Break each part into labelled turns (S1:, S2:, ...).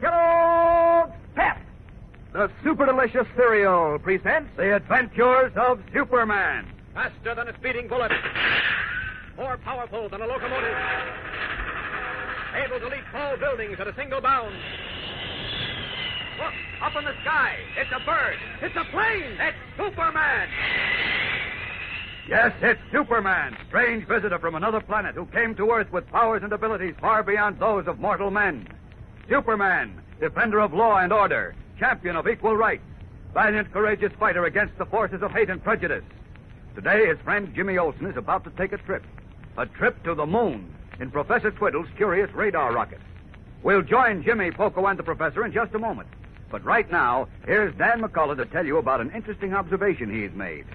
S1: Kellogg's Pep, the super delicious cereal, presents The Adventures of Superman.
S2: Faster than a speeding bullet. More powerful than a locomotive. Able to leap tall buildings at a single bound. Look, up in the sky. It's a bird. It's a plane. It's Superman.
S1: Yes, it's Superman, strange visitor from another planet who came to Earth with powers and abilities far beyond those of mortal men. Superman, defender of law and order, champion of equal rights, valiant, courageous fighter against the forces of hate and prejudice. Today, his friend Jimmy Olsen is about to take a trip. A trip to the moon in Professor Twiddle's curious radar rocket. We'll join Jimmy, Poco, and the professor in just a moment. But right now, here's Dan McCullough to tell you about an interesting observation he's made.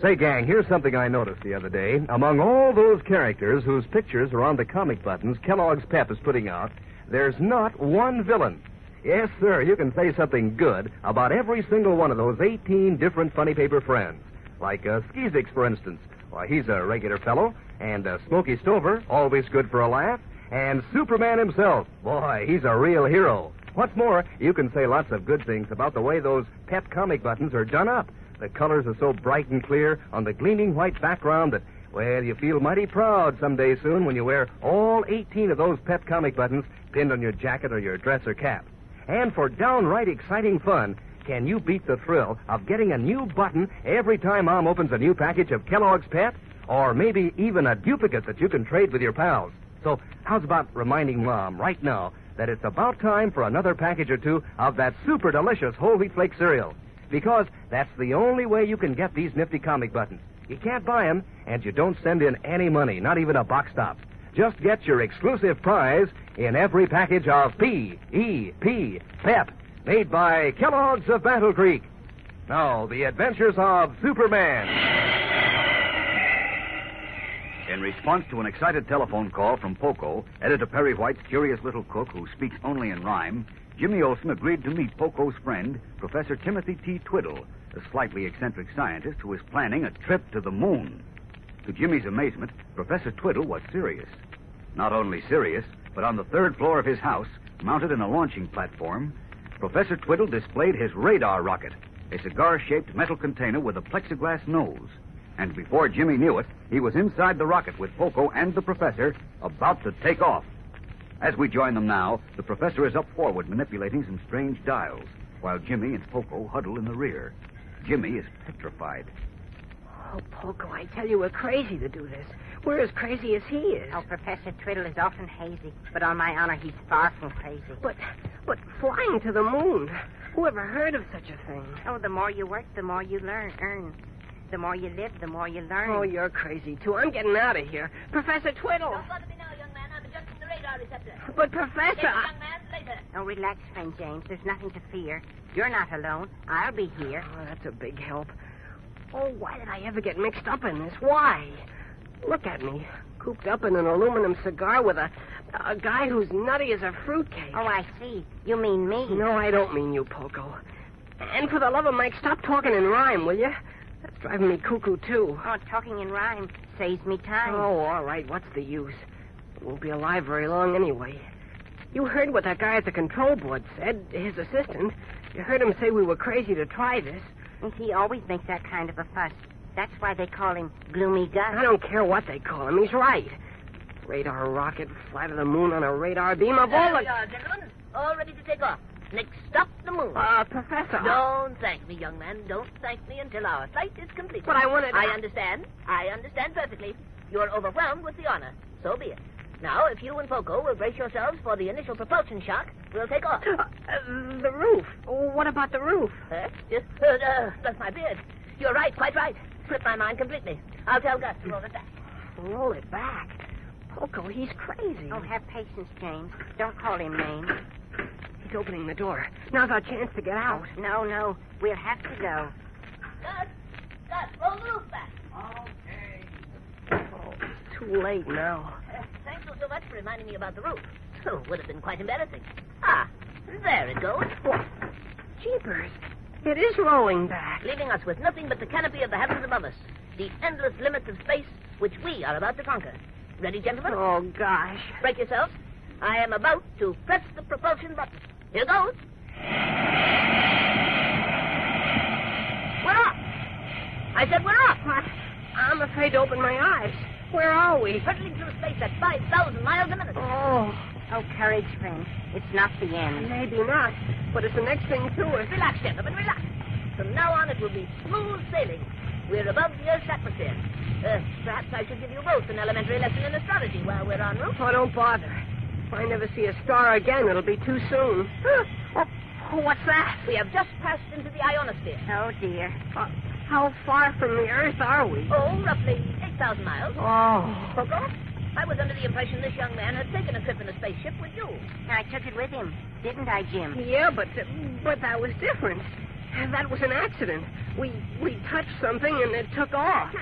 S3: Say, gang, here's something I noticed the other day. Among all those characters whose pictures are on the comic buttons Kellogg's Pep is putting out, there's not one villain. Yes, sir, you can say something good about every single one of those 18 different funny paper friends. Like uh, Skeezix, for instance. Why, he's a regular fellow. And uh, Smoky Stover, always good for a laugh. And Superman himself. Boy, he's a real hero. What's more, you can say lots of good things about the way those pep comic buttons are done up. The colors are so bright and clear on the gleaming white background that, well, you feel mighty proud someday soon when you wear all 18 of those pep comic buttons pinned on your jacket or your dress or cap. And for downright exciting fun, can you beat the thrill of getting a new button every time Mom opens a new package of Kellogg's Pep? Or maybe even a duplicate that you can trade with your pals. So, how's about reminding Mom right now that it's about time for another package or two of that super delicious whole wheat flake cereal? Because that's the only way you can get these nifty comic buttons. You can't buy them, and you don't send in any money, not even a box top. Just get your exclusive prize in every package of P.E.P. Pep, made by Kellogg's of Battle Creek. Now, the adventures of Superman.
S1: In response to an excited telephone call from Poco, editor Perry White's curious little cook who speaks only in rhyme, Jimmy Olsen agreed to meet Poco's friend, Professor Timothy T. Twiddle, a slightly eccentric scientist who was planning a trip to the moon. To Jimmy's amazement, Professor Twiddle was serious. Not only serious, but on the third floor of his house, mounted in a launching platform, Professor Twiddle displayed his radar rocket, a cigar shaped metal container with a plexiglass nose. And before Jimmy knew it, he was inside the rocket with Poco and the professor about to take off. As we join them now, the professor is up forward manipulating some strange dials, while Jimmy and Poco huddle in the rear. Jimmy is petrified.
S4: Oh, Poco, I tell you, we're crazy to do this. We're as crazy as he is.
S5: Oh, Professor Twiddle is often hazy, but on my honor, he's far from crazy.
S4: But, but flying to the moon. Who ever heard of such a thing?
S5: Oh, the more you work, the more you learn, earn. The more you live, the more you learn.
S4: Oh, you're crazy too. I'm getting out of here, Professor Twiddle.
S6: Don't bother me now, young man. I'm adjusting the radar receptor.
S4: But
S6: Later,
S4: Professor, I...
S6: young man, later.
S5: Oh, relax, friend James. There's nothing to fear. You're not alone. I'll be here.
S4: oh, that's a big help. Oh, why did I ever get mixed up in this? Why? Look at me, cooped up in an aluminum cigar with a a guy who's nutty as a fruitcake.
S5: Oh, I see. You mean me.
S4: No, I don't mean you, Poco. And for the love of Mike, stop talking in rhyme, will you? That's driving me cuckoo, too.
S5: Oh, talking in rhyme saves me time.
S4: Oh, all right. What's the use? I won't be alive very long anyway. You heard what that guy at the control board said, his assistant. You heard him say we were crazy to try this.
S5: And He always makes that kind of a fuss. That's why they call him Gloomy
S4: I
S5: Gus.
S4: don't care what they call him. He's right. Radar rocket, fly to the moon on a radar beam of all
S6: There we
S4: the...
S6: are, gentlemen. All ready to take off. Next stop, the moon.
S4: Uh, Professor.
S6: Don't thank me, young man. Don't thank me until our flight is complete.
S4: But I wanted-
S6: I understand. I understand perfectly. You're overwhelmed with the honor. So be it. Now, if you and Poco will brace yourselves for the initial propulsion shock, we'll take off.
S4: Uh, uh, the roof. Oh, what about the roof?
S6: Huh? Just, uh, uh, that's my beard. You're right, quite right. Slipped my mind completely. I'll tell Gus to roll it back.
S4: Roll it back. Coco, he's crazy.
S5: Oh, have patience, James. Don't call him names.
S4: He's opening the door. Now's our chance to get out.
S5: No, no. We'll have to go.
S6: Gus, Gus, roll the roof back.
S4: Oh, it's too late now.
S6: Uh, Thanks so much for reminding me about the roof. Oh, would have been quite embarrassing. Ah, there it goes.
S4: Jeepers. It is rolling back.
S6: Leaving us with nothing but the canopy of the heavens above us, the endless limits of space which we are about to conquer. Ready, gentlemen?
S4: Oh, gosh.
S6: Break yourselves. I am about to press the propulsion button. Here goes.
S4: We're up.
S6: I said we're off.
S4: I, am afraid to open my eyes. Where are we?
S6: Hurtling through space at 5,000 miles a minute.
S4: Oh,
S5: Oh, courage, friend. It's not the end.
S4: maybe not. But it's the next thing to us.
S6: Relax, gentlemen, relax. From now on, it will be smooth sailing. We're above the Earth's atmosphere. Uh, perhaps I should give you both an elementary lesson in astrology while we're en route.
S4: Oh, don't bother. If I never see a star again, it'll be too soon. Oh, oh, what's that?
S6: We have just passed into the ionosphere.
S5: Oh, dear.
S4: Uh, how far from the Earth are we?
S6: Oh, roughly 8,000 miles.
S4: Oh.
S6: Coco, I was under the impression this young man had taken a trip in a spaceship with you.
S5: I took it with him, didn't I, Jim?
S4: Yeah, but uh, but that was different. That was an accident. We we touched something and it took off.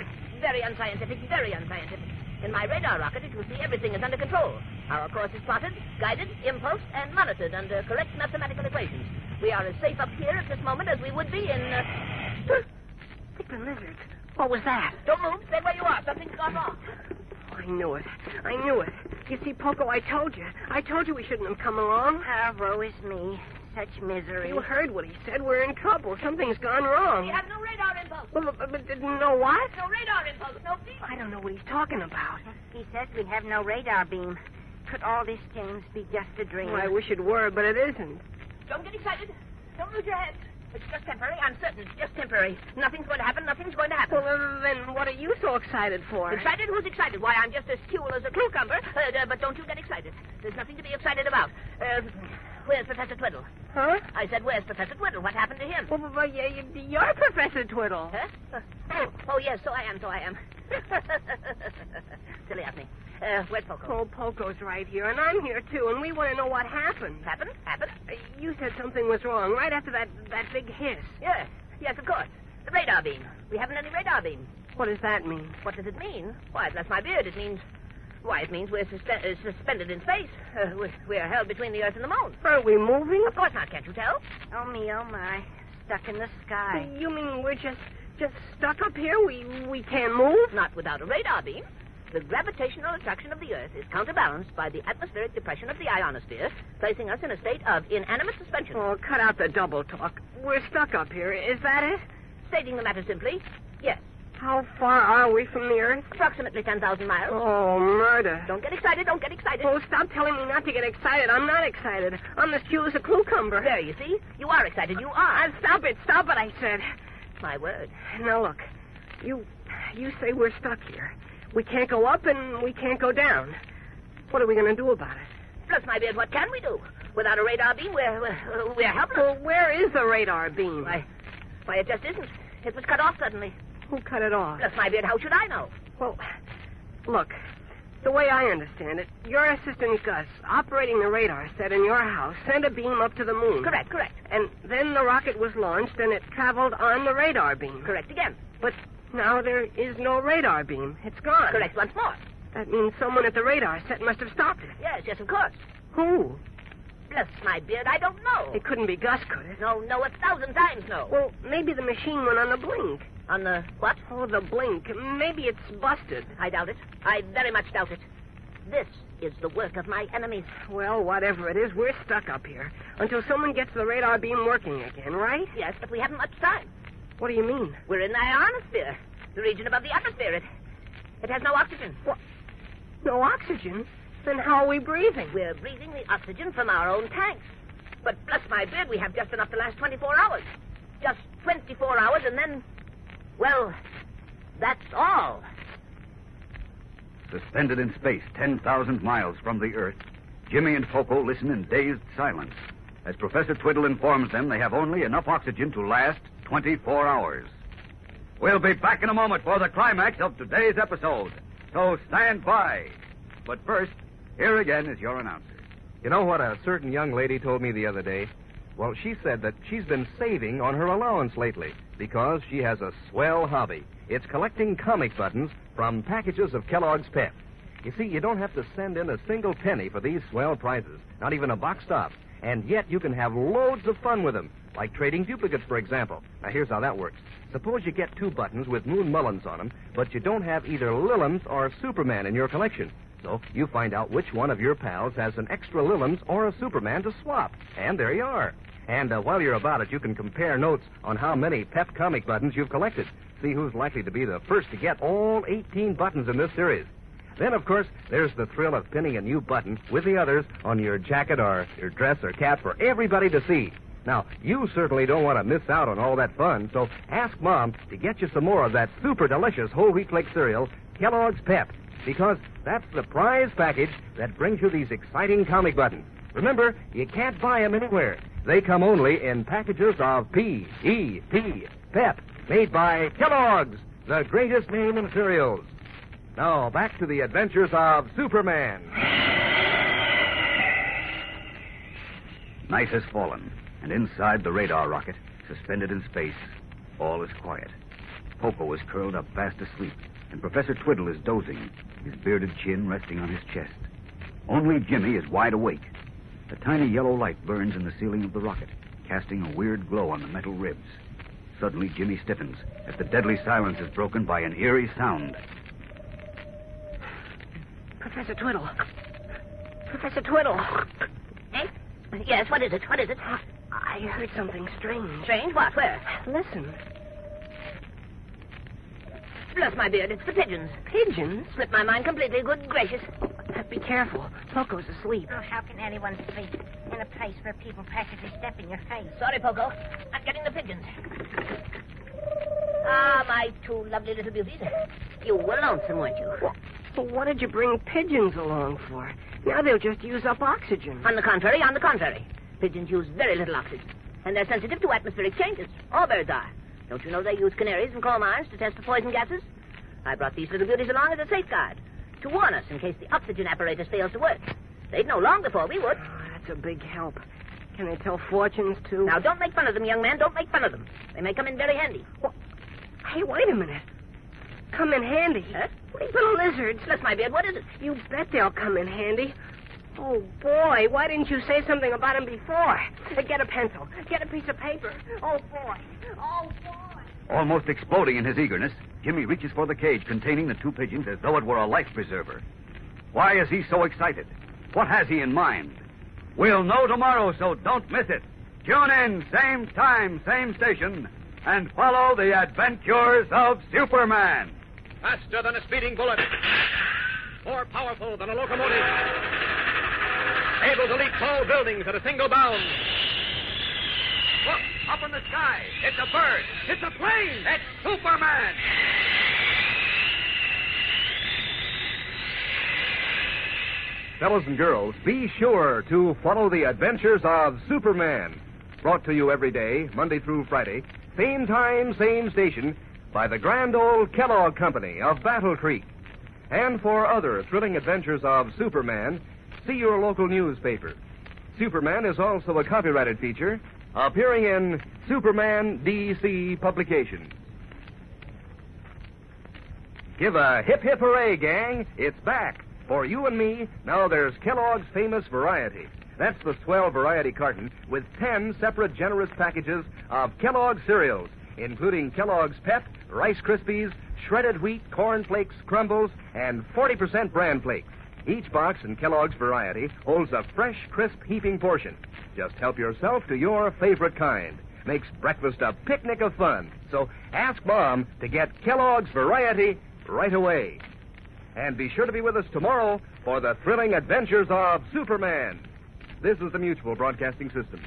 S6: Very unscientific, very unscientific. In my radar rocket, it will see everything is under control. Our course is plotted, guided, impulsed, and monitored under correct mathematical equations. We are as safe up here at this moment as we would be in. Uh...
S4: It's a lizard. What was that?
S6: Don't move. Stay where you are. Something's gone wrong.
S4: Oh, I knew it. I knew it. You see, Poco, I told you. I told you we shouldn't have come along.
S5: Ah, woe is me. Such misery.
S4: You heard what he said. We're in trouble. Something's gone wrong.
S6: We have no radar impulse.
S4: Well, but, but didn't know what?
S6: No radar impulse. No beam.
S4: I don't know what he's talking about.
S5: He says we have no radar beam. Could all this, James, be just a dream?
S4: Well, I wish it were, but it isn't.
S6: Don't get excited. Don't lose your head. It's just temporary. I'm certain it's just temporary. Nothing's going to happen. Nothing's going to happen.
S4: Well, uh, then what are you so excited for?
S6: Excited? Who's excited? Why, I'm just as cool as a cucumber. Uh, uh, but don't you get excited. There's nothing to be excited about. Uh, where's Professor Twiddle?
S4: Huh?
S6: I said, where's Professor Twiddle? What happened to him?
S4: Well, but, but yeah, you- you're Professor Twiddle.
S6: Huh? Oh, oh, yes, so I am, so I am. Silly of me. Uh, where's Poco?
S4: Old Oh, Poco's right here, and I'm here too, and we want to know what happened.
S6: Happened? Happened?
S4: Uh, You said something was wrong right after that, that big hiss.
S6: Yes, yes, of course. The radar beam. We haven't any radar beam.
S4: What does that mean?
S6: What does it mean? Why, bless my beard, it means... Why, it means we're suspe- uh, suspended in space. Uh, we're, we're held between the Earth and the Moon.
S4: Are we moving?
S6: Of course not, can't you tell?
S5: Oh, me, oh, my. Stuck in the sky.
S4: You mean we're just just stuck up here? We we can't move?
S6: Not without a radar beam. The gravitational attraction of the Earth is counterbalanced by the atmospheric depression of the ionosphere, placing us in a state of inanimate suspension.
S4: Oh, cut out the double talk. We're stuck up here. Is that it?
S6: Stating the matter simply, yes,
S4: How far are we from the Earth?
S6: approximately 10,000 miles.
S4: Oh, murder.
S6: Don't get excited, don't get excited.
S4: Oh, stop telling me not to get excited. I'm not excited. I'm as cute as a cucumber.
S6: There, you see? You are excited, you are.
S4: Ah, stop it. Stop it, I said.
S6: My word.
S4: Now, look. You you say we're stuck here. We can't go up and we can't go down. What are we going to do about it?
S6: Bless my beard, what can we do? Without a radar beam, we're, we're, we're helpless.
S4: Well, where is the radar beam?
S6: Why, why, it just isn't. It was cut off suddenly.
S4: Who cut it off?
S6: Bless my beard, how should I know?
S4: Well, look, the way I understand it, your assistant Gus, operating the radar set in your house, sent a beam up to the moon.
S6: Correct, correct.
S4: And then the rocket was launched and it traveled on the radar beam.
S6: Correct again.
S4: But now there is no radar beam. It's gone.
S6: Correct once more.
S4: That means someone at the radar set must have stopped it.
S6: Yes, yes, of course.
S4: Who?
S6: Bless my beard, I don't know.
S4: It couldn't be Gus, could it?
S6: No, no, a thousand times no.
S4: Well, maybe the machine went on the blink.
S6: On the what?
S4: Oh, the blink. Maybe it's busted.
S6: I doubt it. I very much doubt it. This is the work of my enemies.
S4: Well, whatever it is, we're stuck up here until someone gets the radar beam working again, right?
S6: Yes, but we haven't much time.
S4: What do you mean?
S6: We're in the ionosphere, the region above the atmosphere. It, it has no oxygen.
S4: No oxygen? Then how are we breathing?
S6: We're breathing the oxygen from our own tanks. But bless my beard, we have just enough to last 24 hours. Just 24 hours, and then. Well, that's all.
S1: Suspended in space 10,000 miles from the Earth, Jimmy and Poco listen in dazed silence as Professor Twiddle informs them they have only enough oxygen to last 24 hours. We'll be back in a moment for the climax of today's episode, so stand by. But first, here again is your announcer.
S3: You know what a certain young lady told me the other day? Well, she said that she's been saving on her allowance lately because she has a swell hobby. It's collecting comic buttons from packages of Kellogg's Pep. You see, you don't have to send in a single penny for these swell prizes, not even a box top. And yet you can have loads of fun with them, like trading duplicates, for example. Now, here's how that works. Suppose you get two buttons with Moon Mullins on them, but you don't have either Lilums or Superman in your collection. So you find out which one of your pals has an extra Lilums or a Superman to swap. And there you are. And uh, while you're about it, you can compare notes on how many Pep comic buttons you've collected. See who's likely to be the first to get all 18 buttons in this series. Then, of course, there's the thrill of pinning a new button with the others on your jacket or your dress or cap for everybody to see. Now, you certainly don't want to miss out on all that fun, so ask Mom to get you some more of that super delicious whole wheat flake cereal, Kellogg's Pep, because that's the prize package that brings you these exciting comic buttons. Remember, you can't buy them anywhere. They come only in packages of P-E-P, Pep, made by Kellogg's, the greatest name in cereals. Now, back to the adventures of Superman.
S1: Night has fallen, and inside the radar rocket, suspended in space, all is quiet. Poco is curled up fast asleep, and Professor Twiddle is dozing, his bearded chin resting on his chest. Only Jimmy is wide awake. A tiny yellow light burns in the ceiling of the rocket, casting a weird glow on the metal ribs. Suddenly, Jimmy stiffens as the deadly silence is broken by an eerie sound.
S4: Professor Twiddle. Professor Twiddle.
S6: Eh? Yes, what is it? What is it?
S4: I heard something strange.
S6: Strange? What? Where?
S4: Listen.
S6: Bless my beard, it's the pigeons.
S4: Pigeons?
S6: Slipped my mind completely. Good gracious.
S4: Be careful. Poco's asleep.
S5: Oh, how can anyone sleep in a place where people practically step in your face?
S6: Sorry, Pogo. Not getting the pigeons. Ah, my two lovely little beauties. You were lonesome, weren't you?
S4: Well, what did you bring pigeons along for? Now they'll just use up oxygen. Ah,
S6: On the contrary, on the contrary. Pigeons use very little oxygen, and they're sensitive to atmospheric changes. All birds are. Don't you know they use canaries and coal mines to test for poison gases? I brought these little beauties along as a safeguard to warn us in case the oxygen apparatus fails to work. They'd know long before we would.
S4: Oh, that's a big help. Can they tell fortunes, too?
S6: Now, don't make fun of them, young man. Don't make fun of them. They may come in very handy.
S4: Well, hey, wait a minute. Come in handy.
S6: Huh?
S4: These little lizards.
S6: Bless my beard, what is it?
S4: You bet they'll come in handy. Oh, boy, why didn't you say something about them before? Uh, Get a pencil. Get a piece of paper. Oh, boy. Oh, boy.
S1: Almost exploding in his eagerness, Jimmy reaches for the cage containing the two pigeons as though it were a life preserver. Why is he so excited? What has he in mind? We'll know tomorrow, so don't miss it. Tune in, same time, same station, and follow the adventures of Superman.
S2: Faster than a speeding bullet. More powerful than a locomotive. Able to leap tall buildings at a single bound. Look, up in the sky. It's a bird. It's a plane. It's Superman.
S3: Fellows and girls, be sure to follow the adventures of Superman. Brought to you every day, Monday through Friday, same time, same station, by the grand old Kellogg Company of Battle Creek. And for other thrilling adventures of Superman, see your local newspaper. Superman is also a copyrighted feature, appearing in Superman DC Publications. Give a hip hip hooray, gang. It's back. For you and me, now there's Kellogg's Famous Variety. That's the swell variety carton with 10 separate generous packages of Kellogg's cereals, including Kellogg's Pep, Rice Krispies, shredded wheat, corn flakes, crumbles, and 40% bran flakes. Each box in Kellogg's Variety holds a fresh, crisp, heaping portion. Just help yourself to your favorite kind. Makes breakfast a picnic of fun. So ask Mom to get Kellogg's Variety right away. And be sure to be with us tomorrow for the thrilling adventures of Superman. This is the Mutual Broadcasting System.